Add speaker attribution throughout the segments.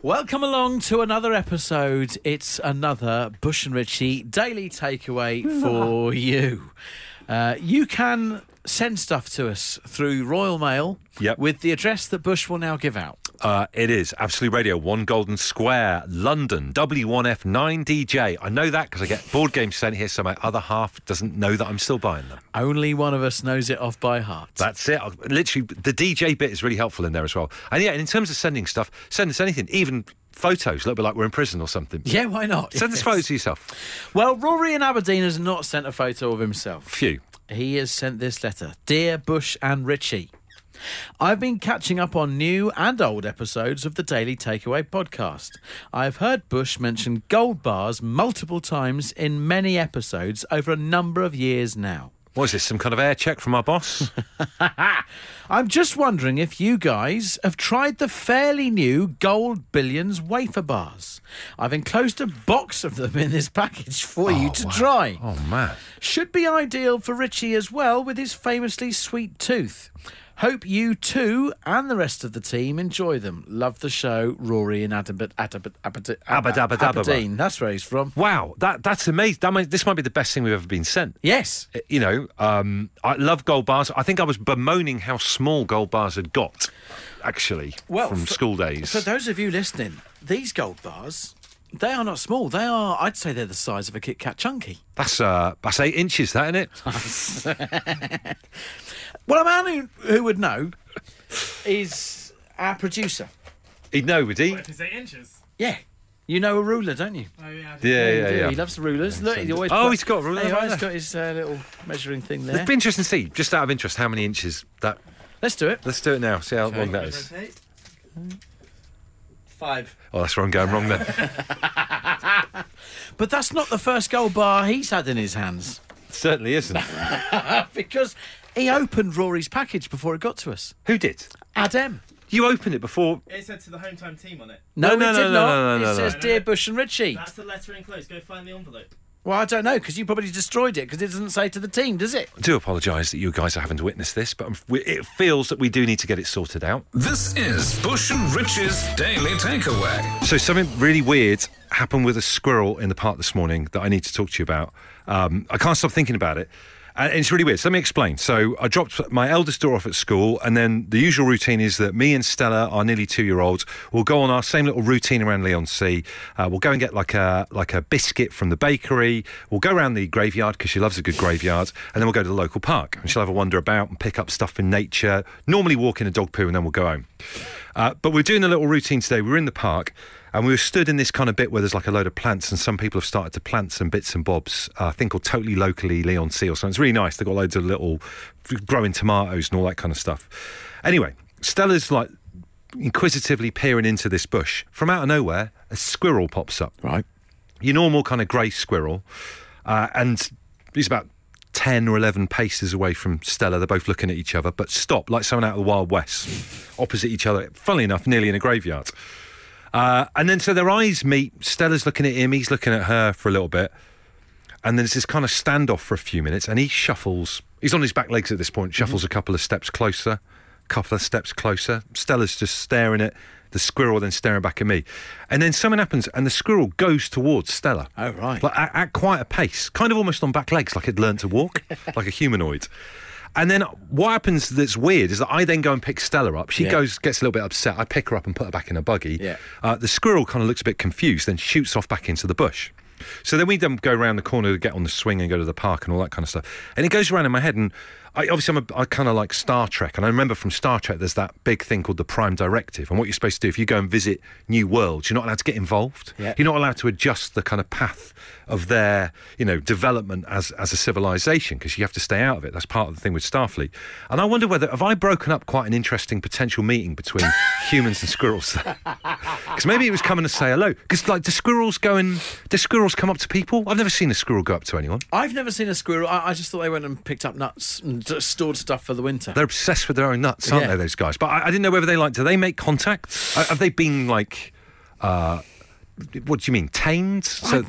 Speaker 1: Welcome along to another episode. It's another Bush and Ritchie daily takeaway for you. Uh, you can send stuff to us through Royal Mail
Speaker 2: Yep.
Speaker 1: with the address that Bush will now give out.
Speaker 2: Uh, it is Absolute Radio, One Golden Square, London, W1F9DJ. I know that because I get board games sent here, so my other half doesn't know that I'm still buying them.
Speaker 1: Only one of us knows it off by heart.
Speaker 2: That's it. I, literally, the DJ bit is really helpful in there as well. And yeah, and in terms of sending stuff, send us anything, even photos. Look a bit like we're in prison or something.
Speaker 1: yeah, why not?
Speaker 2: Send us
Speaker 1: Yes.
Speaker 2: photos of yourself.
Speaker 1: Well, Rory in Aberdeen has not sent a photo of himself.
Speaker 2: Phew.
Speaker 1: He has sent this letter Dear Bush and Richie, I've been catching up on new and old episodes of the Daily Takeaway podcast. I've heard Bush mention gold bars multiple times in many episodes over a number of years now.
Speaker 2: What is this? Some kind of air check from our boss?
Speaker 1: I'm just wondering if you guys have tried the fairly new Gold Billions wafer bars. I've enclosed a box of them in this package for you to try.
Speaker 2: oh, man.
Speaker 1: Should be ideal for Richie as well with his famously sweet tooth. Hope you too and the rest of the team enjoy them. Love the show, Rory in Adabert, Adabert, Aberdeen.
Speaker 2: Abba-dabba-dabba.
Speaker 1: Aberdeen. That's where he's from.
Speaker 2: Wow, that, that's amazing. That might, this might be the best thing we've ever been sent.
Speaker 1: Yes.
Speaker 2: You know, um, I love gold bars. I think I was bemoaning how small gold bars had got, actually,
Speaker 1: Well,
Speaker 2: from
Speaker 1: for-
Speaker 2: school days.
Speaker 1: For those of you listening, these gold bars, they are not small. They are, I'd say, they're the size of a Kit Kat Chunky.
Speaker 2: that's uh, that's eight inches, that isn't it?
Speaker 1: Well, a man who, who would know is our producer.
Speaker 2: He'd know, would he?
Speaker 3: Is eight inches?
Speaker 1: Yeah. You know a ruler, don't you?
Speaker 3: Oh yeah. I
Speaker 2: Yeah,
Speaker 1: You
Speaker 2: yeah,
Speaker 1: do.
Speaker 2: yeah.
Speaker 1: He loves the rulers. Look, he always
Speaker 2: Oh,
Speaker 1: pla-
Speaker 2: he's got a ruler
Speaker 1: He
Speaker 2: right
Speaker 1: always
Speaker 2: there.
Speaker 1: got his uh, little measuring thing there.
Speaker 2: It'd be interesting to see, just out of interest, how many inches that.
Speaker 1: Let's do it.
Speaker 2: Let's do it now. See how long that is.
Speaker 3: Rotate. Five.
Speaker 2: Oh, that's where I'm going wrong then.
Speaker 1: But that's not the first gold bar he's had in his hands
Speaker 2: Certainly isn't.
Speaker 1: because he opened Rory's package before it got to us.
Speaker 2: Who did?
Speaker 1: Adam.
Speaker 2: You opened it before.
Speaker 3: It said to the home time team on it.
Speaker 1: No,
Speaker 2: No,
Speaker 1: we
Speaker 2: no, no,
Speaker 1: did
Speaker 2: no,
Speaker 1: not.
Speaker 2: no, no,
Speaker 1: it
Speaker 2: no,
Speaker 1: says
Speaker 3: no.
Speaker 1: Dear Bush and Ritchie.
Speaker 3: That's the letter enclosed. Go find the envelope.
Speaker 1: Well, I don't know because you probably destroyed it because it doesn't say to the team, does it?
Speaker 2: I do apologise that you guys are having to witness this, but I'm, we- it feels that we do need to get it sorted out.
Speaker 4: This is Bush and Rich's Daily Takeaway.
Speaker 2: So something really weird happened with a squirrel in the park this morning that I need to talk to you about. Um, I can't stop thinking about it. And it's really weird. So let me explain. So I dropped my eldest daughter off at school, and then the usual routine is that me and Stella, our nearly two-year-olds, will go on our same little routine around Leon C. Uh, we'll go and get like a like a biscuit from the bakery. We'll go around the graveyard because she loves a good graveyard, and then we'll go to the local park and she'll have a wander about and pick up stuff in nature. Normally walk in a dog poo, and then we'll go home. Uh, but we're doing a little routine today. We were in the park and we were stood in this kind of bit where there's like a load of plants, and some people have started to plant some bits and bobs. Uh, I think called Totally Locally Leon C or something. It's really nice. They've got loads of little f- growing tomatoes and all that kind of stuff. Anyway, Stella's like inquisitively peering into this bush. From out of nowhere, a squirrel pops up
Speaker 1: Right.
Speaker 2: your normal kind of grey squirrel, uh, and he's about ten or eleven paces away from Stella. They're both looking at each other, but stop like someone out of the Wild West, opposite each other. Funnily enough, nearly in a graveyard. Uh, and then so their eyes meet. Stella's looking at him. He's looking at her for a little bit, and there's this kind of standoff for a few minutes. And he shuffles. He's on his back legs at this point.
Speaker 1: Mm-hmm.
Speaker 2: Shuffles a couple of steps closer, couple of steps closer. Stella's just staring at the squirrel, then staring back at me. And then something happens, and the squirrel goes towards Stella.
Speaker 1: Oh, right.
Speaker 2: Like at, at quite a pace, kind of almost on back legs, like it'd learned to walk, like a humanoid. And then what happens that's weird is that I then go and pick Stella up. She
Speaker 1: Yeah.
Speaker 2: goes, gets a little bit upset. I pick her up and put her back in her buggy.
Speaker 1: Yeah.
Speaker 2: Uh, the squirrel kind of looks a bit confused, then shoots off back into the bush. So then we then go around the corner to get on the swing and go to the park and all that kind of stuff. And it goes around in my head, and I, obviously I'm a, I kind of like Star Trek, and I remember from Star Trek there's that big thing called the Prime Directive, and what you're supposed to do if you go and visit new worlds, you're not allowed to get involved.
Speaker 1: Yeah.
Speaker 2: You're not allowed to adjust the kind of path of their you know development as as a civilization because you have to stay out of it. That's part of the thing with Starfleet. And I wonder whether have I broken up quite an interesting potential meeting between humans and squirrels. Because maybe it was coming to say hello. Because like, do squirrels go and do squirrels come up to people? I've never seen a squirrel go up to anyone.
Speaker 1: I've never seen a squirrel. I, I just thought they went and picked up nuts and just stored stuff for the winter.
Speaker 2: They're obsessed with their own nuts, aren't
Speaker 1: Yeah.
Speaker 2: they? Those guys. But I, I didn't know whether they like. Do they make contact? Uh, have they been like? Uh, what do you mean tamed? So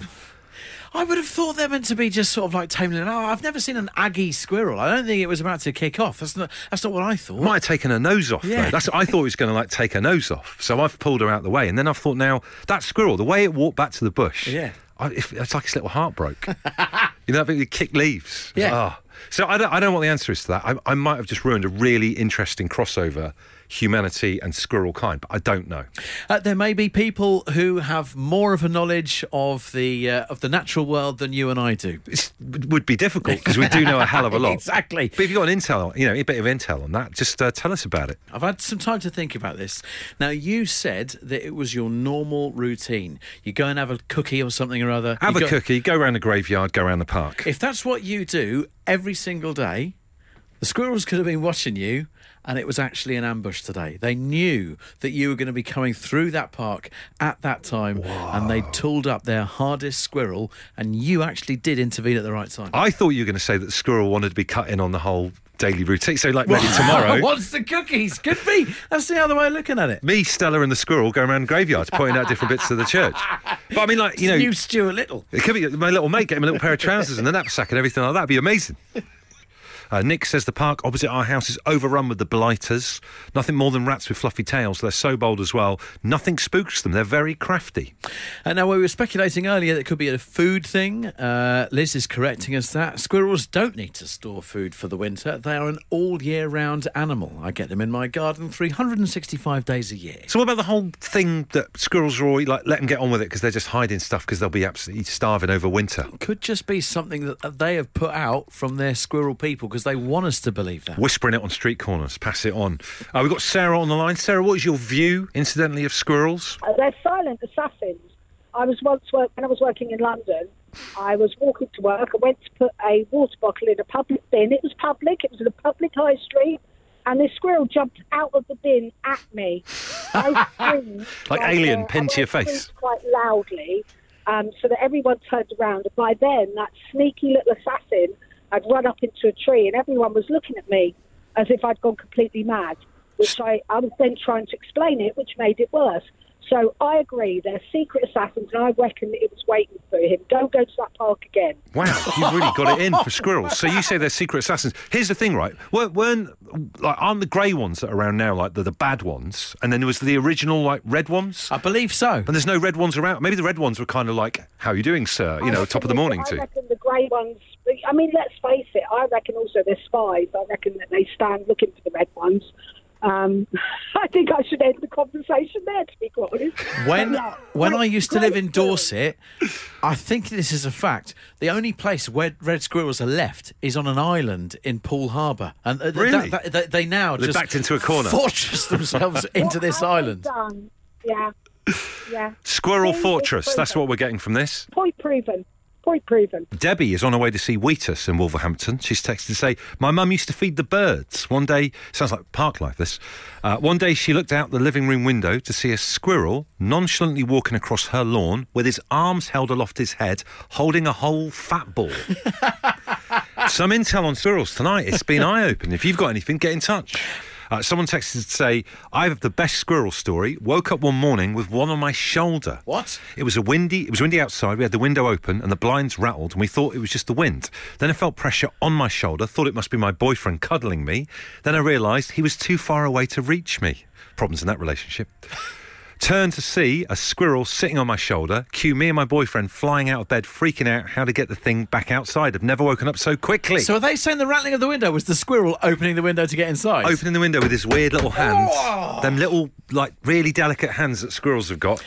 Speaker 1: I would have thought they're meant to be just sort of like taming it out. I've never seen an Aggie squirrel. I don't think it was about to kick off. That's not. That's not what I thought.
Speaker 2: Might have taken her nose off.
Speaker 1: Yeah.
Speaker 2: Though. That's I thought it was going to like take her nose off. So I've pulled her out the way, and then I've thought now that squirrel, the way it walked back to the bush,
Speaker 1: Yeah.
Speaker 2: I, if, it's like his little heart broke. you know, I think you kick leaves.
Speaker 1: Yeah.
Speaker 2: Ah. So I don't, I don't know what the answer is to that. I, I might have just ruined a really interesting crossover, humanity and squirrel kind, but I don't know.
Speaker 1: Uh, there may be people who have more of a knowledge of the uh, of the natural world than you and I do.
Speaker 2: It would be difficult because we do know a hell of a lot.
Speaker 1: Exactly.
Speaker 2: But if you've got an intel, you know, a bit of intel on that, just uh, tell us about it.
Speaker 1: I've had some time to think about this. Now, you said that it was your normal routine. You go and have a cookie or something or other.
Speaker 2: Have
Speaker 1: You
Speaker 2: a
Speaker 1: go-
Speaker 2: cookie, go around the graveyard, go around the park.
Speaker 1: If that's what you do every single day, the squirrels could have been watching you, and it was actually an ambush today. They knew that you were going to be coming through that park at that time, and they tooled up their hardest squirrel, and you actually did intervene at the right time.
Speaker 2: I thought you were going to say that the squirrel wanted to be cut in on the whole daily routine. So, like, maybe tomorrow,
Speaker 1: What's the cookies? Could be. That's the other way of looking at it.
Speaker 2: me, Stella, and the squirrel go around graveyards pointing out different bits of the church. But I mean, like, you know,
Speaker 1: New Stuart Little.
Speaker 2: it could be my little mate get him a little pair of trousers and a knapsack and everything like that. It'd be amazing. Uh, Nick says the park opposite our house is overrun with the blighters. Nothing more than rats with fluffy tails. They're so bold as well. Nothing spooks them. They're very crafty.
Speaker 1: And Uh, now, we were speculating earlier that it could be a food thing. Uh, Liz is correcting us that squirrels don't need to store food for the winter. They are an all year round animal. I get them in my garden 365 days a year.
Speaker 2: So what about the whole thing that squirrels are always like? Let them get on with it because they're just hiding stuff because they'll be absolutely starving over winter.
Speaker 1: Could just be something that they have put out from their squirrel people because they want us to believe that.
Speaker 2: Whispering it on street corners. Pass it on. Uh, we've got Sarah on the line. Sarah, what is your view, incidentally, of squirrels?
Speaker 5: Uh, they're silent assassins. I was once work- when I was working in London. I was walking to work. I went to put a water bottle in a public bin. It was public. It was a public high street. And this squirrel jumped out of the bin at me. I screamed
Speaker 2: Like alien,
Speaker 5: I
Speaker 2: pinned to your
Speaker 5: screamed
Speaker 2: face.
Speaker 5: quite loudly, um, so that everyone turned around. And by then, that sneaky little assassin had run up into a tree, and everyone was looking at me as if I'd gone completely mad. Which I, I was then trying to explain it, which made it worse. So I agree, they're secret assassins, and I reckon it was waiting for him. Don't go to that park again.
Speaker 2: Wow, you've really got it in for squirrels. So you say they're secret assassins. Here's the thing, right? Weren't, weren't like aren't the grey ones that are around now like the, the bad ones? And then there was the original like red ones.
Speaker 1: I believe so.
Speaker 2: And there's no red ones around. Maybe the red ones were kind of like, "How you doing, sir?" You know,
Speaker 5: I reckon
Speaker 2: top of the
Speaker 5: they-
Speaker 2: morning
Speaker 5: I
Speaker 2: too.
Speaker 5: reckon the grey ones. I mean, let's face it. I reckon also they're spies. I reckon that they stand looking for the red ones. Um, I think I should end the conversation there. To be quite honest.
Speaker 1: When
Speaker 5: Yeah.
Speaker 1: when I
Speaker 5: Great-
Speaker 1: used to live in
Speaker 5: great film.
Speaker 1: Dorset, I think this is a fact. The only place where red squirrels are left is on an island in Poole Harbour, and uh, th-
Speaker 2: Really?
Speaker 1: that- that- they now
Speaker 2: They're
Speaker 1: just
Speaker 2: backed into a corner.
Speaker 1: fortress themselves
Speaker 5: What
Speaker 1: into this
Speaker 5: have they
Speaker 1: island.
Speaker 5: done? Yeah. Yeah.
Speaker 2: Squirrel
Speaker 5: Things
Speaker 2: Fortress.
Speaker 5: proven.
Speaker 2: That's what we're getting from this.
Speaker 5: Point proven. Point proven.
Speaker 2: Debbie is on her way to see Wheatus in Wolverhampton. She's texted to say, My mum used to feed the birds. One day, sounds like park life this. Uh, one day she looked out the living room window to see a squirrel nonchalantly walking across her lawn with his arms held aloft his head, holding a whole fat ball. Some intel on squirrels tonight. It's been eye opening. If you've got anything, get in touch. Uh, someone texted to say, I have the best squirrel story. Woke up one morning with one on my shoulder.
Speaker 1: What?
Speaker 2: It was a windy. It was windy outside. We had the window open and the blinds rattled, and we thought it was just the wind. Then I felt pressure on my shoulder. Thought it must be my boyfriend cuddling me. Then I realised he was too far away to reach me. Problems in that relationship. Turned to see a squirrel sitting on my shoulder. Cue me and my boyfriend flying out of bed, freaking out how to get the thing back outside. I've never woken up so quickly.
Speaker 1: So are they saying the rattling of the window was the squirrel opening the window to get inside?
Speaker 2: Opening the window with his weird little hands,
Speaker 1: Oh.
Speaker 2: them little, like, really delicate hands that squirrels have got,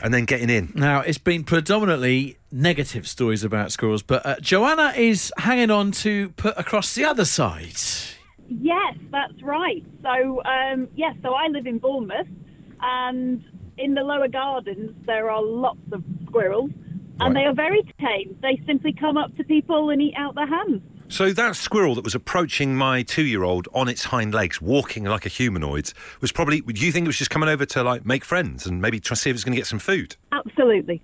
Speaker 2: and then getting in.
Speaker 1: Now, it's been predominantly negative stories about squirrels, but uh, Joanna is hanging on to put across the other side.
Speaker 6: Yes, that's right. So, um, yes, so I live in Bournemouth, and in the lower gardens there are lots of squirrels,
Speaker 2: Right.
Speaker 6: and they are very tame. They simply come up to people and eat out their hands.
Speaker 2: So that squirrel that was approaching my two-year-old on its hind legs, walking like a humanoid, was probably. Do you think it was just coming over to like make friends and maybe try to see if it's going to get some food?
Speaker 6: Absolutely.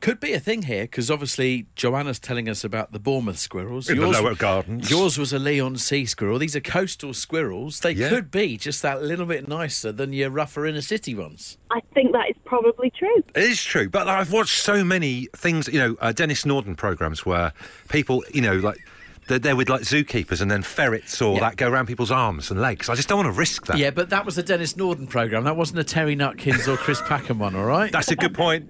Speaker 1: Could be a thing here because obviously Joanna's telling us about the Bournemouth squirrels.
Speaker 2: In the lower gardens.
Speaker 1: Yours was a Leon Sea squirrel. These are coastal squirrels. They
Speaker 2: Yeah.
Speaker 1: could be just that little bit nicer than your rougher inner city ones.
Speaker 6: I think that is probably true.
Speaker 2: It is true, but like, I've watched so many things, you know, uh, Dennis Norden programs where people, you know, like they're there with like zookeepers and then ferrets or
Speaker 1: Yeah.
Speaker 2: that go around people's arms and legs. I just don't want to risk that.
Speaker 1: Yeah, but that was the Dennis Norden program. That wasn't a Terry Nutkins or Chris Packham one. All right.
Speaker 2: That's a good point.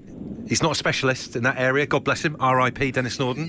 Speaker 2: He's not a specialist in that area. God bless him. R.I.P. Dennis Norden.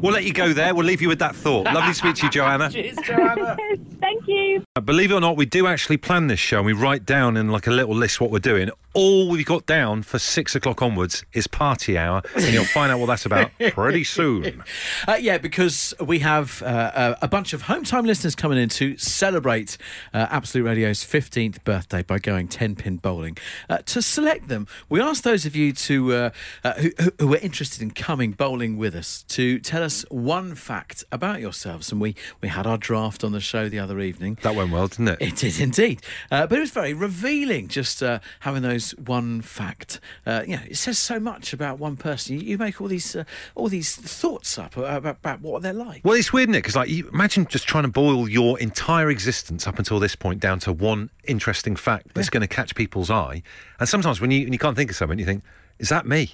Speaker 2: we'll let you go there. We'll leave you with that thought. Lovely to speak to you, Joanna.
Speaker 1: Cheers, Joanna.
Speaker 6: Thank you.
Speaker 2: Uh, Believe it or not, we do actually plan this show and we write down in like a little list what we're doing. All we've got down for six o'clock onwards is party hour, and you'll find out what that's about pretty soon.
Speaker 1: Uh, yeah, because we have uh, uh, a bunch of home time listeners coming in to celebrate uh, Absolute Radio's 15th birthday by going 10 pin bowling. Uh, to select them, we asked those of you to uh, uh, who, who- who are interested in coming bowling with us to tell us one fact about yourselves. And we, we had our draft on the show the other evening.
Speaker 2: That went well, didn't it?
Speaker 1: It did indeed. Uh, but it was very revealing just uh, having those one fact. Uh, you know, it says so much about one person. You, you make all these uh, all these thoughts up about, about what they're like.
Speaker 2: Well, it's weird, isn't it? Because like, you imagine just trying to boil your entire existence up until this point down to one interesting fact that's going to catch people's eye. And sometimes when you, when you can't think of something, you think, "Is that me?"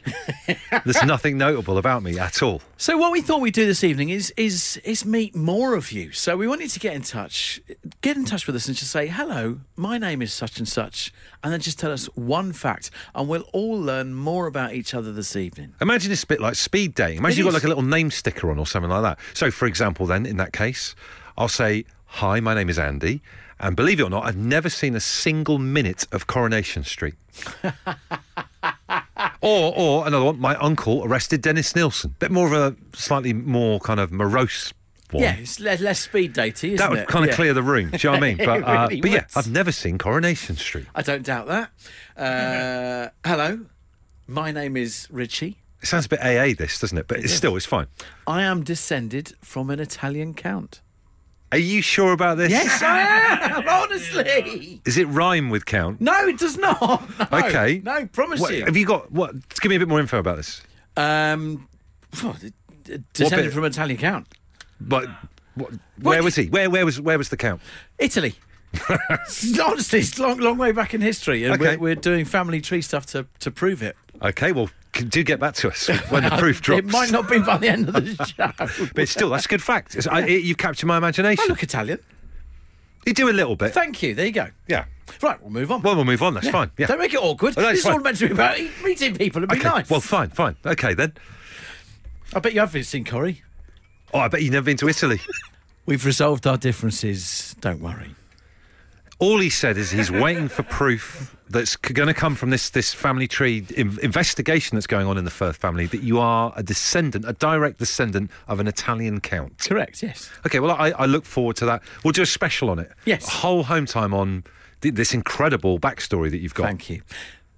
Speaker 2: There's nothing notable about me at all.
Speaker 1: So what we thought we'd do this evening is is is meet more of you. So we wanted to get in touch, get in touch with us, and just say hello. My name is such and such, and then just tell us one fact, and we'll all learn more about each other this evening.
Speaker 2: Imagine it's a bit like speed dating. Imagine
Speaker 1: It
Speaker 2: you've got
Speaker 1: is.
Speaker 2: like a little name sticker on or something like that. So, for example, then in that case, I'll say, Hi, my name is Andy. And believe it or not, I've never seen a single minute of Coronation Street. or, or another one, my uncle arrested Dennis Nielsen. Bit more of a slightly more kind of morose one.
Speaker 1: Yeah, it's le- less speed dating, isn't
Speaker 2: that would
Speaker 1: it?
Speaker 2: kind of
Speaker 1: Yeah.
Speaker 2: clear the room. Do you know what I mean?
Speaker 1: It
Speaker 2: But, uh,
Speaker 1: really
Speaker 2: but yeah,
Speaker 1: would.
Speaker 2: I've never seen Coronation Street.
Speaker 1: I don't doubt that. Uh, hello, my name is Richie.
Speaker 2: It sounds a bit AA, this, doesn't it? But it's still, it's fine.
Speaker 1: I am descended from an Italian count.
Speaker 2: Are you sure about this?
Speaker 1: Yes, I am. Honestly,
Speaker 2: Does it rhyme with count?
Speaker 1: no, it does not. No.
Speaker 2: Okay.
Speaker 1: no, promise
Speaker 2: What-
Speaker 1: you.
Speaker 2: Have you got what? just Give me a bit more info about this.
Speaker 1: Um, phew, d- d- descended
Speaker 2: bit?
Speaker 1: from an Italian count.
Speaker 2: But what, where was he? Where where was where was the count?
Speaker 1: Italy. Honestly, it's a long, long way back in history, and
Speaker 2: Okay.
Speaker 1: we're, we're doing family tree stuff to, to prove it.
Speaker 2: Okay, well, c- do get back to us when the proof drops.
Speaker 1: It might not be by the end of the show.
Speaker 2: But still, that's a good fact. It's- I, it- you've captured my imagination.
Speaker 1: I Oh, look Italian.
Speaker 2: you do a little bit.
Speaker 1: Thank you. There you go.
Speaker 2: yeah.
Speaker 1: Right, we'll move on.
Speaker 2: Well, we'll move on. That's fine. Yeah.
Speaker 1: Don't make it awkward.
Speaker 2: Oh, no, it's
Speaker 1: this is all
Speaker 2: fine.
Speaker 1: meant to be about e- meeting people and be
Speaker 2: okay.
Speaker 1: nice.
Speaker 2: Well, fine, fine. Okay then.
Speaker 1: I bet you have seen Corrie.
Speaker 2: Oh, I bet you've never been to Italy.
Speaker 1: We've resolved our differences. Don't worry.
Speaker 2: All he said is he's waiting for proof that's going to come from this this family tree in- investigation that's going on in the Firth family that you are a descendant, a direct descendant of an Italian count.
Speaker 1: Correct. Yes.
Speaker 2: Okay, well, I, I look forward to that. We'll do a special on it.
Speaker 1: Yes.
Speaker 2: A whole home time on th- this incredible backstory that you've got.
Speaker 1: Thank you.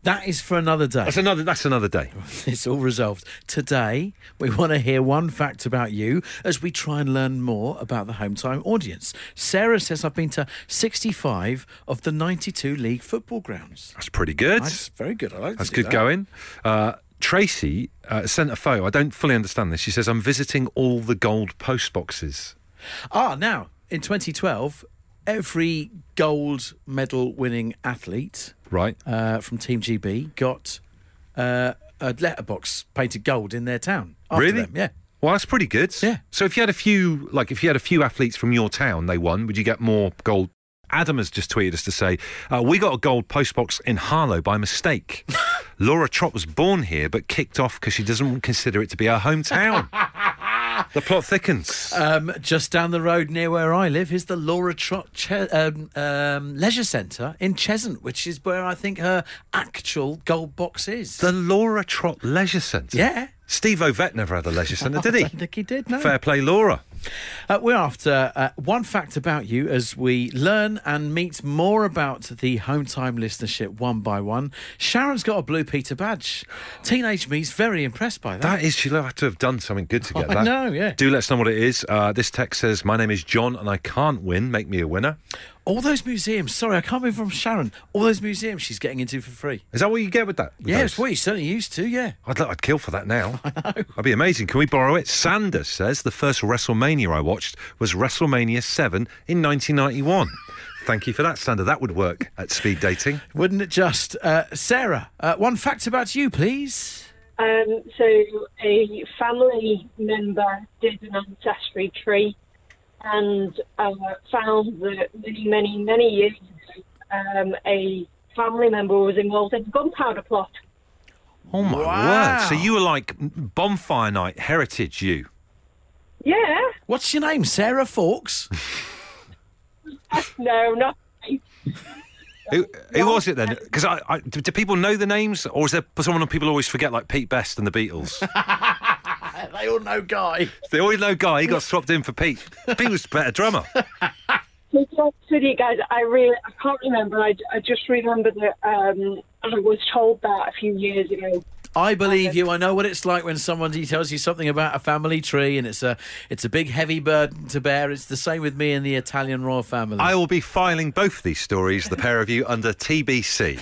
Speaker 1: That is for another day.
Speaker 2: That's another. That's another day.
Speaker 1: It's all resolved. Today, we want to hear one fact about you as we try and learn more about the home time audience. Sarah says, I've been to 65 of the 92 league football grounds.
Speaker 2: That's pretty good.
Speaker 1: That's
Speaker 2: That's,
Speaker 1: very good. I like to do
Speaker 2: good
Speaker 1: that.
Speaker 2: going. Uh, Tracy uh, sent a photo. I don't fully understand this. She says, "I'm visiting all the gold post boxes."
Speaker 1: Ah, now, in 2012, every gold medal winning athlete
Speaker 2: Right.
Speaker 1: uh, from Team GB got uh, a letterbox painted gold in their town. After
Speaker 2: really?
Speaker 1: Them. Yeah.
Speaker 2: Well, that's pretty good.
Speaker 1: Yeah.
Speaker 2: So if you had a few, like if you had a few athletes from your town, they won. Would you get more gold? Adam has just tweeted us to say uh, we got a gold postbox in Harlow by mistake. Laura Trott was born here but kicked off because she doesn't consider it to be her hometown. the plot thickens.
Speaker 1: Um, just down the road near where I live is the Laura Trot che- um, um, Leisure Centre in Cheshunt, which is where I think her actual gold box is.
Speaker 2: the Laura Trott Leisure Centre.
Speaker 1: Yeah.
Speaker 2: Steve Ovett never had a leisure centre, did
Speaker 1: I
Speaker 2: he?
Speaker 1: don't think he did, no.
Speaker 2: Fair play, Laura.
Speaker 1: Uh, we're after uh, one fact about you as we learn and meet more about the home time listenership one by one. Sharon's got a Blue Peter badge. Teenage me's very impressed by that.
Speaker 2: That is, she'll have to have done something good to get
Speaker 1: I
Speaker 2: that.
Speaker 1: know, yeah.
Speaker 2: Do let us know what it is. Uh, this text says, My name is John and I can't win. Make me a winner.
Speaker 1: All those museums. Sorry, I can't remember from Sharon. All those museums she's getting into for free.
Speaker 2: Is that what you get with that? With
Speaker 1: Yeah,
Speaker 2: those?
Speaker 1: it's what you certainly used to. Yeah.
Speaker 2: I'd, li- I'd kill for that now. I'd be amazing. Can we borrow it? Sanders says the first WrestleMania I watched was WrestleMania 7 in 1991. Thank you for that, Sander. That would work at speed dating.
Speaker 1: Wouldn't it just? Uh, Sarah, uh, one fact about you, please.
Speaker 7: Um, so a family member did an ancestry tree and uh, found that many, many, many years ago, um, a family member was involved in a gunpowder plot.
Speaker 2: Oh my
Speaker 1: Wow.
Speaker 2: word. So you were like bonfire night, heritage you.
Speaker 7: Yeah,
Speaker 1: What's your name? Sarah Forks.
Speaker 7: no, not
Speaker 2: Who, who was it then? Because I, I, do, do people know the names, or is there someone people always forget, like Pete Best and the Beatles?
Speaker 1: they all know Guy.
Speaker 2: they always know Guy. He got swapped in for Pete. Pete was a better drummer.
Speaker 7: To be honest with you guys, I really I can't remember. I, I just remember that um, I was told that a few years ago.
Speaker 1: I believe you. I know what it's like when someone tells you something about a family tree, and it's a it's a big heavy burden to bear. It's the same with me and the Italian royal family.
Speaker 2: I
Speaker 1: I,
Speaker 2: will be filing both these stories, the pair of you, under TBC.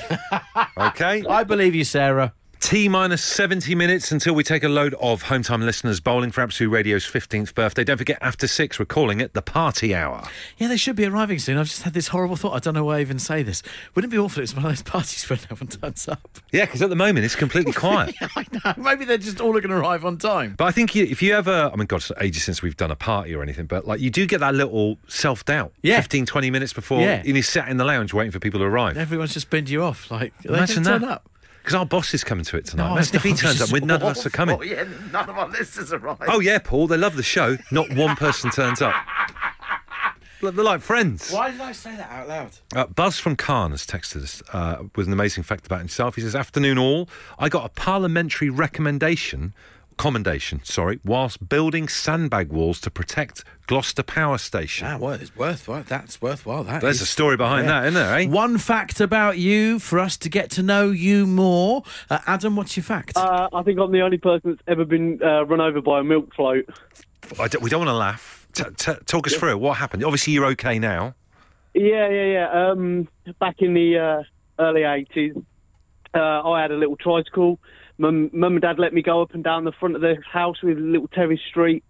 Speaker 2: Okay?
Speaker 1: believe you, Sarah.
Speaker 2: T minus 70 minutes until we take a load of home time listeners bowling for Absolute Radio's 15th birthday. Don't forget, after six, we're calling it the party hour.
Speaker 1: Yeah, they should be arriving soon. I've just had this horrible thought. I don't know why I even say this. Wouldn't it be awful? if It's one of those parties where no one turns up.
Speaker 2: Yeah, because at the moment it's completely quiet.
Speaker 1: I know. Maybe they're just all going to arrive on time.
Speaker 2: But I think you, if you ever, I mean, God, it's ages since we've done a party or anything, but like you do get that little self doubt
Speaker 1: Yeah.
Speaker 2: 15, 20 minutes before,
Speaker 1: Yeah.
Speaker 2: and you sat in the lounge waiting for people to arrive.
Speaker 1: Everyone's just binned you off. Like, are they
Speaker 2: Imagine
Speaker 1: gonna
Speaker 2: that.
Speaker 1: turn up.
Speaker 2: Because our boss is coming to it tonight.
Speaker 1: No,
Speaker 2: Imagine if he
Speaker 1: it's
Speaker 2: turns up
Speaker 1: just
Speaker 2: with none of us are coming.
Speaker 1: awful. Oh, Yeah, none of our listeners arrived.
Speaker 2: Oh yeah, Paul, they love the show. Not one person turns up. Look, They're like friends.
Speaker 1: Why did I say that out loud?
Speaker 2: Uh, Buzz from Khan has texted us uh, with an amazing fact about himself. He says, "Afternoon, all. I got a parliamentary recommendation, commendation, sorry, whilst building sandbag walls to protect Gloucester Power Station.
Speaker 1: That was it's worthwhile. That's worthwhile. That
Speaker 2: There's
Speaker 1: is.
Speaker 2: a story behind
Speaker 1: Yeah.
Speaker 2: that, isn't there? Eh?
Speaker 1: One fact about you for us to get to know you more. Uh, Adam, what's your fact?
Speaker 8: Uh, I think I'm the only person that's ever been uh, run over by a milk float.
Speaker 2: I don't- we don't want to laugh. T- t- talk us through it. What happened? Obviously, you're okay now.
Speaker 8: Yeah, yeah, yeah. Um, back in the uh, early 80s, uh, I had a little tricycle. Mum, mum and dad let me go up and down the front of the house with a little terrace street.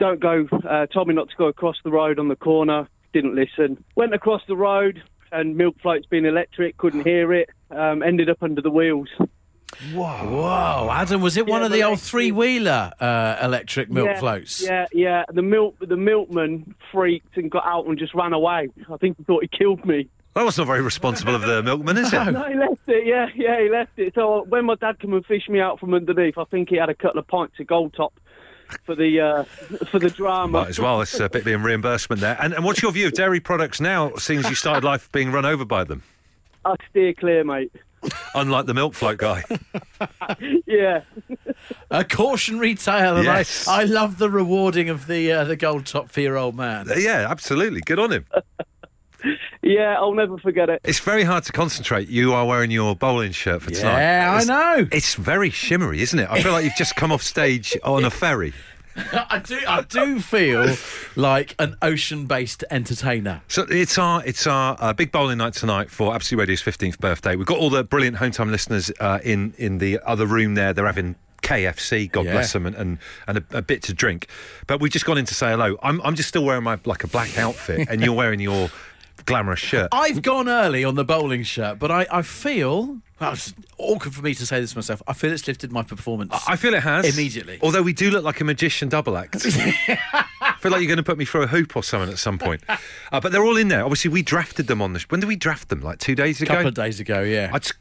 Speaker 8: Don't go, uh, told me not to go across the road on the corner. Didn't listen. Went across the road and milk float's been electric, couldn't hear it. Um, ended up under the wheels.
Speaker 1: Whoa, Adam, was it one
Speaker 8: Yeah,
Speaker 1: of the
Speaker 8: well,
Speaker 1: old
Speaker 8: actually-
Speaker 1: three wheeler uh, electric milk
Speaker 8: yeah,
Speaker 1: floats?
Speaker 8: Yeah, yeah. The milk, the milkman freaked and got out and just ran away. I think he thought he killed me.
Speaker 2: That was not very responsible of the milkman, is it?
Speaker 8: No, he left it. Yeah, yeah, he left it. So when my dad came and fished me out from underneath, I think he had a couple of pints of gold top for the uh, for the drama.
Speaker 2: Might as well. It's a bit being reimbursement there. And, and what's your view of dairy products now, seeing as you started life being run over by them?
Speaker 8: I steer clear, mate.
Speaker 2: Unlike the milk float guy. Uh,
Speaker 8: Yeah,
Speaker 1: A cautionary tale, and
Speaker 2: Yes.
Speaker 1: I, I love the rewarding of the uh, the gold top for your old man.
Speaker 2: yeah, absolutely. Good on him.
Speaker 8: yeah. I'll never forget it.
Speaker 2: It's very hard to concentrate. You are wearing your bowling shirt for tonight.
Speaker 1: Yeah, I
Speaker 2: It's-
Speaker 1: know.
Speaker 2: It's very shimmery, isn't it? I feel like you've just come off stage on a ferry.
Speaker 1: I do, I do feel like an ocean-based entertainer.
Speaker 2: So it's our it's our uh, big bowling night tonight for Absolute Radio's 15th birthday. We've got all the brilliant hometown listeners uh, in in the other room there. They're having KFC, God
Speaker 1: Yeah.
Speaker 2: bless them, and and, and a, a bit to drink. But we've just gone in to say hello. I'm I'm just still wearing my like a black outfit, and you're wearing your glamorous shirt.
Speaker 1: I've gone early on the bowling shirt, but I, I feel well, it's awkward for me to say this myself. I feel it's lifted my performance.
Speaker 2: I feel it has
Speaker 1: Immediately.
Speaker 2: Although we do look like a magician double act. I feel like you're going to put me through a hoop or something at some point. Uh, but they're all in there. Obviously, we drafted them on the. Sh- when did we draft them? Like two days
Speaker 1: a
Speaker 2: ago.
Speaker 1: couple of days ago, yeah.
Speaker 2: I just,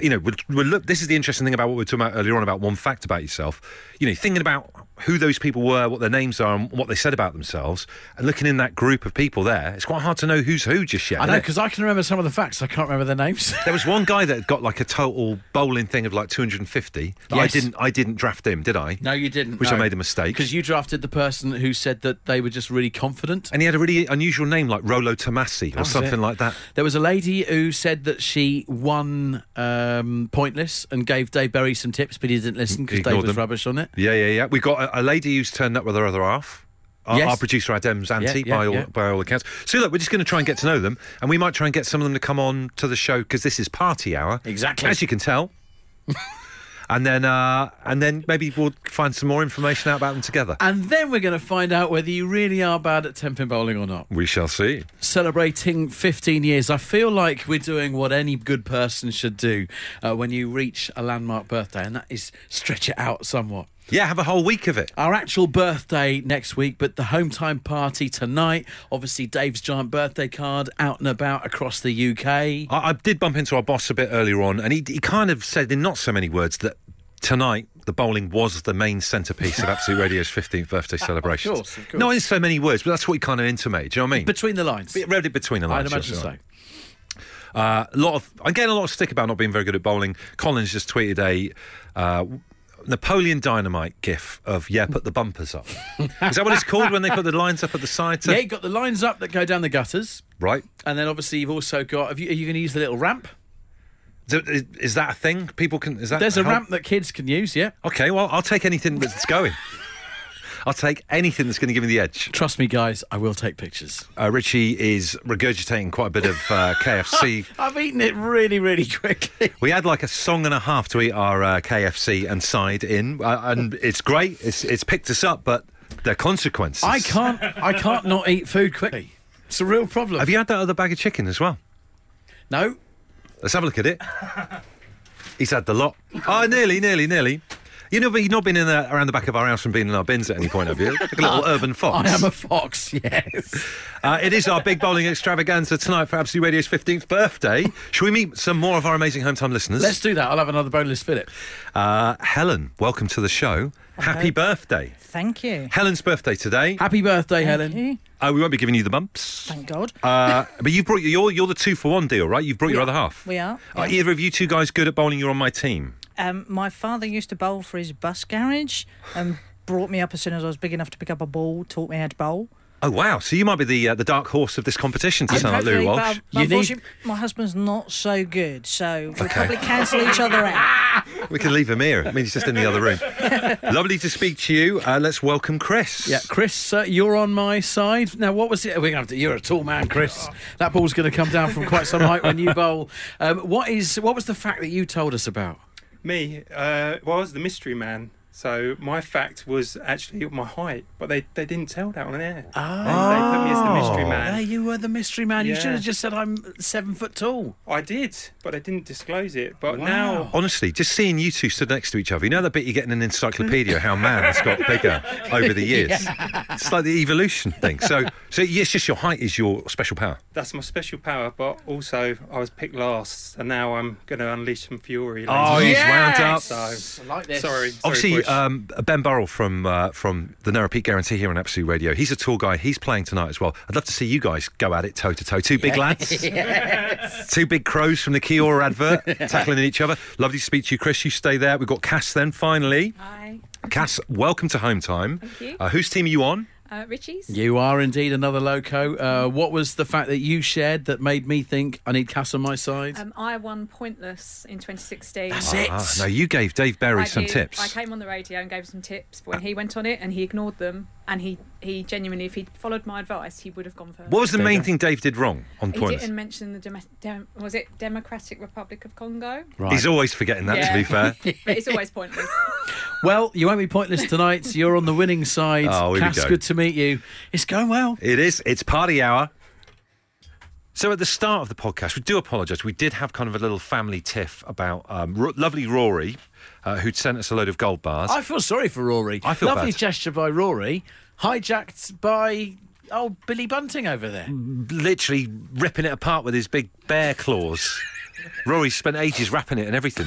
Speaker 2: you know, we'll, we'll look, this is the interesting thing about what we were talking about earlier on about one fact about yourself. You know, thinking about who those people were, what their names are, and what they said about themselves, and looking in that group of people there, it's quite hard to know who's who just yet.
Speaker 1: I know
Speaker 2: isn't it?
Speaker 1: because I can remember some of the facts. I can't remember their names.
Speaker 2: there was one guy that had got like a total bowling thing of like 250. that I
Speaker 1: Yes.
Speaker 2: didn't, I didn't draft him, did I?
Speaker 1: No, you didn't.
Speaker 2: Which I made a mistake.
Speaker 1: because you drafted the person who said that they were just really confident.
Speaker 2: And he had a really unusual name like Rolo Tomasi or
Speaker 1: was
Speaker 2: something
Speaker 1: it.
Speaker 2: like that.
Speaker 1: There was a lady who said that she won um, pointless and gave Dave Berry some tips, but he didn't listen because
Speaker 2: Ignored
Speaker 1: Dave was
Speaker 2: them.
Speaker 1: rubbish on it.
Speaker 2: Yeah, yeah, yeah. We got a, a lady who's turned up with her other half. Our,
Speaker 1: Yes.
Speaker 2: our producer Adem's auntie,
Speaker 1: yeah,
Speaker 2: by all
Speaker 1: yeah.
Speaker 2: by all accounts. So look, we're just going to try and get to know them, and we might try and get some of them to come on to the show because this is party hour,
Speaker 1: Exactly.
Speaker 2: as you can tell. and then uh, and then maybe we'll find some more information out about them together.
Speaker 1: And then we're going to find out whether you really are bad at ten pin bowling or not.
Speaker 2: we shall see.
Speaker 1: Celebrating 15 years, I feel like we're doing what any good person should do uh, when you reach a landmark birthday, and that is stretch it out somewhat.
Speaker 2: Yeah, have a whole week of it.
Speaker 1: Our actual birthday next week, but the home time party tonight. Obviously, Dave's giant birthday card out and about across the UK.
Speaker 2: I, I did bump into our boss a bit earlier on, and he, he kind of said in not so many words that tonight the bowling was the main centrepiece of Absolute Radio's 15th birthday celebration.
Speaker 1: course, of course.
Speaker 2: Not in so many words, but that's what he kind of intimated. Do you know what I mean?
Speaker 1: Between the lines.
Speaker 2: Bit- read it between the
Speaker 1: I'd
Speaker 2: lines.
Speaker 1: imagine
Speaker 2: yes,
Speaker 1: so.
Speaker 2: right. Uh, a lot of I'm getting a lot of stick about not being very good at bowling. Collins just tweeted a. Uh, Napoleon Dynamite gif of yeah, put the bumpers up. Is that what it's called when they put the lines up at the side? To,
Speaker 1: Yeah, you've got the lines up that go down the gutters,
Speaker 2: Right.
Speaker 1: and then obviously you've also got. Have you, are you going to use the little ramp?
Speaker 2: Is, is- is that a thing? People can. Is that
Speaker 1: There's a
Speaker 2: help?
Speaker 1: ramp that kids can use. Yeah.
Speaker 2: Okay, well, I'll take anything that's going. I'll take anything that's going to give me the edge.
Speaker 1: Trust me, guys, I will take pictures.
Speaker 2: Uh, Richie is regurgitating quite a bit of uh, KFC.
Speaker 1: I've eaten it really, really quickly.
Speaker 2: We had like a song and a half to eat our uh, KFC and side in, uh, and it's great. It's it's picked us up, but the consequences.
Speaker 1: I can't. I can't not eat food quickly. It's a real problem.
Speaker 2: Have you had that other bag of chicken as well?
Speaker 1: No.
Speaker 2: Let's have a look at it. He's had the lot. Oh, nearly, nearly, nearly. You know, but you've not been in the, around the back of our house and been in our bins at any point, have you? Like a little urban fox.
Speaker 1: Oh, I am a fox. Yes.
Speaker 2: Uh, it is our big bowling extravaganza tonight for Absolute Radio's 15th birthday. Shall we meet some more of our amazing hometown listeners?
Speaker 1: Let's do that. I'll have another boneless fillet.
Speaker 2: Uh, Helen, welcome to the show. Happy birthday.
Speaker 9: Thank you.
Speaker 2: Helen's birthday today.
Speaker 1: Happy birthday, Helen.
Speaker 9: you.
Speaker 2: Uh, we won't be giving you the bumps.
Speaker 9: Thank God.
Speaker 2: Uh, but you brought you're you're the two for one deal, right? You've brought your other half.
Speaker 9: we are,
Speaker 2: Are
Speaker 9: yeah.
Speaker 2: either of you two guys good at bowling? You're on my team.
Speaker 9: Um, my father used to bowl for his bus garage and brought me up as soon as I was big enough to pick up a ball, taught me how to bowl.
Speaker 2: Oh wow! So you might be the uh, the dark horse of this competition to sound like Louis
Speaker 9: Hopefully, but-
Speaker 2: Walsh.
Speaker 9: but
Speaker 1: You need-
Speaker 9: unfortunately, my husband's not so good, so we probably cancel each other out.
Speaker 2: We can leave him here. I mean, he's just in the other room. Lovely to speak to you. Uh, let's welcome Chris.
Speaker 1: Yeah, Chris, uh, you're on my side. Now, what was it? We're gonna have to. You're a tall man, Chris. That ball's going to come down from quite some height when you bowl. Um, what is? What was the fact that you told us about?
Speaker 10: Me, uh, well, I was the mystery man. So my fact was actually my height, but they, they didn't tell that on air. They, they put me as the mystery
Speaker 1: Yeah,
Speaker 10: man.
Speaker 1: you were the mystery man. You
Speaker 10: Yeah.
Speaker 1: should have just said I'm seven foot tall.
Speaker 10: I did, but I didn't disclose it. But
Speaker 1: Wow.
Speaker 10: now
Speaker 2: Honestly, just seeing you two stood next to each other, you know that bit you get in an encyclopedia how man has got bigger over the years. It's like the evolution thing. So, so it's just your height is your special power.
Speaker 10: that's my special power. But also, I was picked last, and now I'm going to unleash some fury.
Speaker 2: Oh,
Speaker 10: later.
Speaker 2: he's wound up.
Speaker 10: So,
Speaker 1: I like this.
Speaker 10: sorry, sorry,
Speaker 2: Obviously,
Speaker 10: Bush.
Speaker 2: um, Ben Burrell from uh, from the No Repeat Guarantee here on Absolute Radio. He's a tall guy. He's playing tonight as well. I'd love to see you guys go at it toe to toe. Two big lads, two big crows from the Kiora advert tackling each other. Lovely to speak to you, Chris. You stay there. We've got Cass then. Finally,
Speaker 11: Hi,
Speaker 2: Cass, welcome to home time. Thank
Speaker 11: you.
Speaker 2: Uh, whose team are you on?
Speaker 11: uh, Richie's.
Speaker 1: You are indeed another loco. Uh, what was the fact that you shared that made me think I need Cass on my side?
Speaker 7: Uh,
Speaker 11: Um, I won pointless in 2016.
Speaker 1: That's it.
Speaker 2: Ah, no, you gave Dave Berry
Speaker 11: I
Speaker 2: some
Speaker 11: did-
Speaker 2: tips.
Speaker 11: I came on the radio and gave some tips for when he went on it, and he ignored them. And he, he genuinely, if he'd followed my advice, he would have gone first.
Speaker 2: What was the
Speaker 1: There you
Speaker 2: main
Speaker 1: go.
Speaker 2: thing Dave did wrong on
Speaker 11: he
Speaker 2: points?
Speaker 11: didn't mention the Dem- Dem- was it Democratic Republic of Congo?
Speaker 1: Right.
Speaker 2: He's always forgetting that, to
Speaker 11: Yeah.
Speaker 2: be fair.
Speaker 11: But it's always pointless.
Speaker 1: well, you won't be pointless tonight. You're on the winning side.
Speaker 2: Oh, here we
Speaker 1: Cass,
Speaker 2: go.
Speaker 1: good to meet you. It's going well.
Speaker 2: It is. It's party hour. So at the start of the podcast, we do apologise. We did have kind of a little family tiff about um, R- lovely Rory, uh, who'd sent us a load of gold bars.
Speaker 1: I feel sorry for Rory.
Speaker 2: I feel
Speaker 1: Lovely
Speaker 2: bad.
Speaker 1: gesture by Rory, hijacked by old Billy Bunting over there.
Speaker 2: Literally ripping it apart with his big bear claws. Rory spent ages wrapping it and everything.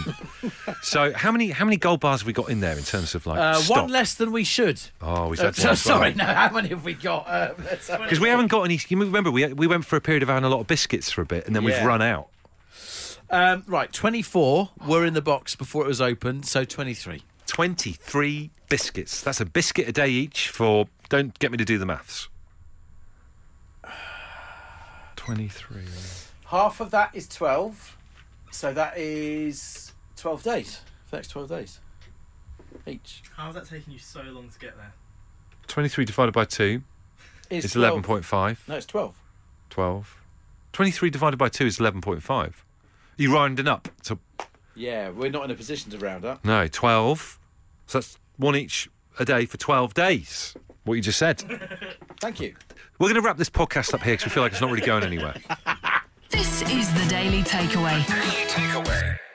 Speaker 2: so how many how many gold bars have we got in there in terms of like
Speaker 1: Uh,
Speaker 2: stock?
Speaker 1: one less than we should.
Speaker 2: Oh, we
Speaker 1: Uh,
Speaker 2: said
Speaker 1: so- sorry, no. How many have we got? Uh, let's have a-
Speaker 2: because we haven't got any. You remember we we went for a period of having a lot of biscuits for a bit, and then
Speaker 1: Yeah.
Speaker 2: we've run out.
Speaker 1: um, right, 24 were in the box before it was opened, so 23.
Speaker 2: 23 biscuits. That's a biscuit a day each for. Don't get me to do the maths. 23.
Speaker 1: Half of that is 12, so that is 12 days. Next 12 days each.
Speaker 3: How's that taking you so long to get there?
Speaker 2: 23 divided by 2
Speaker 1: Is
Speaker 2: is
Speaker 1: 12.
Speaker 2: 11.5.
Speaker 1: No, it's 12.
Speaker 2: 12. 23 divided by 2 is 11.5. You rounding up to,
Speaker 1: Yeah, we're not in a position to round up.
Speaker 2: no, 12. So that's one each a day for 12 days. What you just said.
Speaker 1: Thank you.
Speaker 2: We're going to wrap this podcast up here because we feel like it's not really going anywhere.
Speaker 12: This is the Daily Takeaway.
Speaker 13: Daily Takeaway.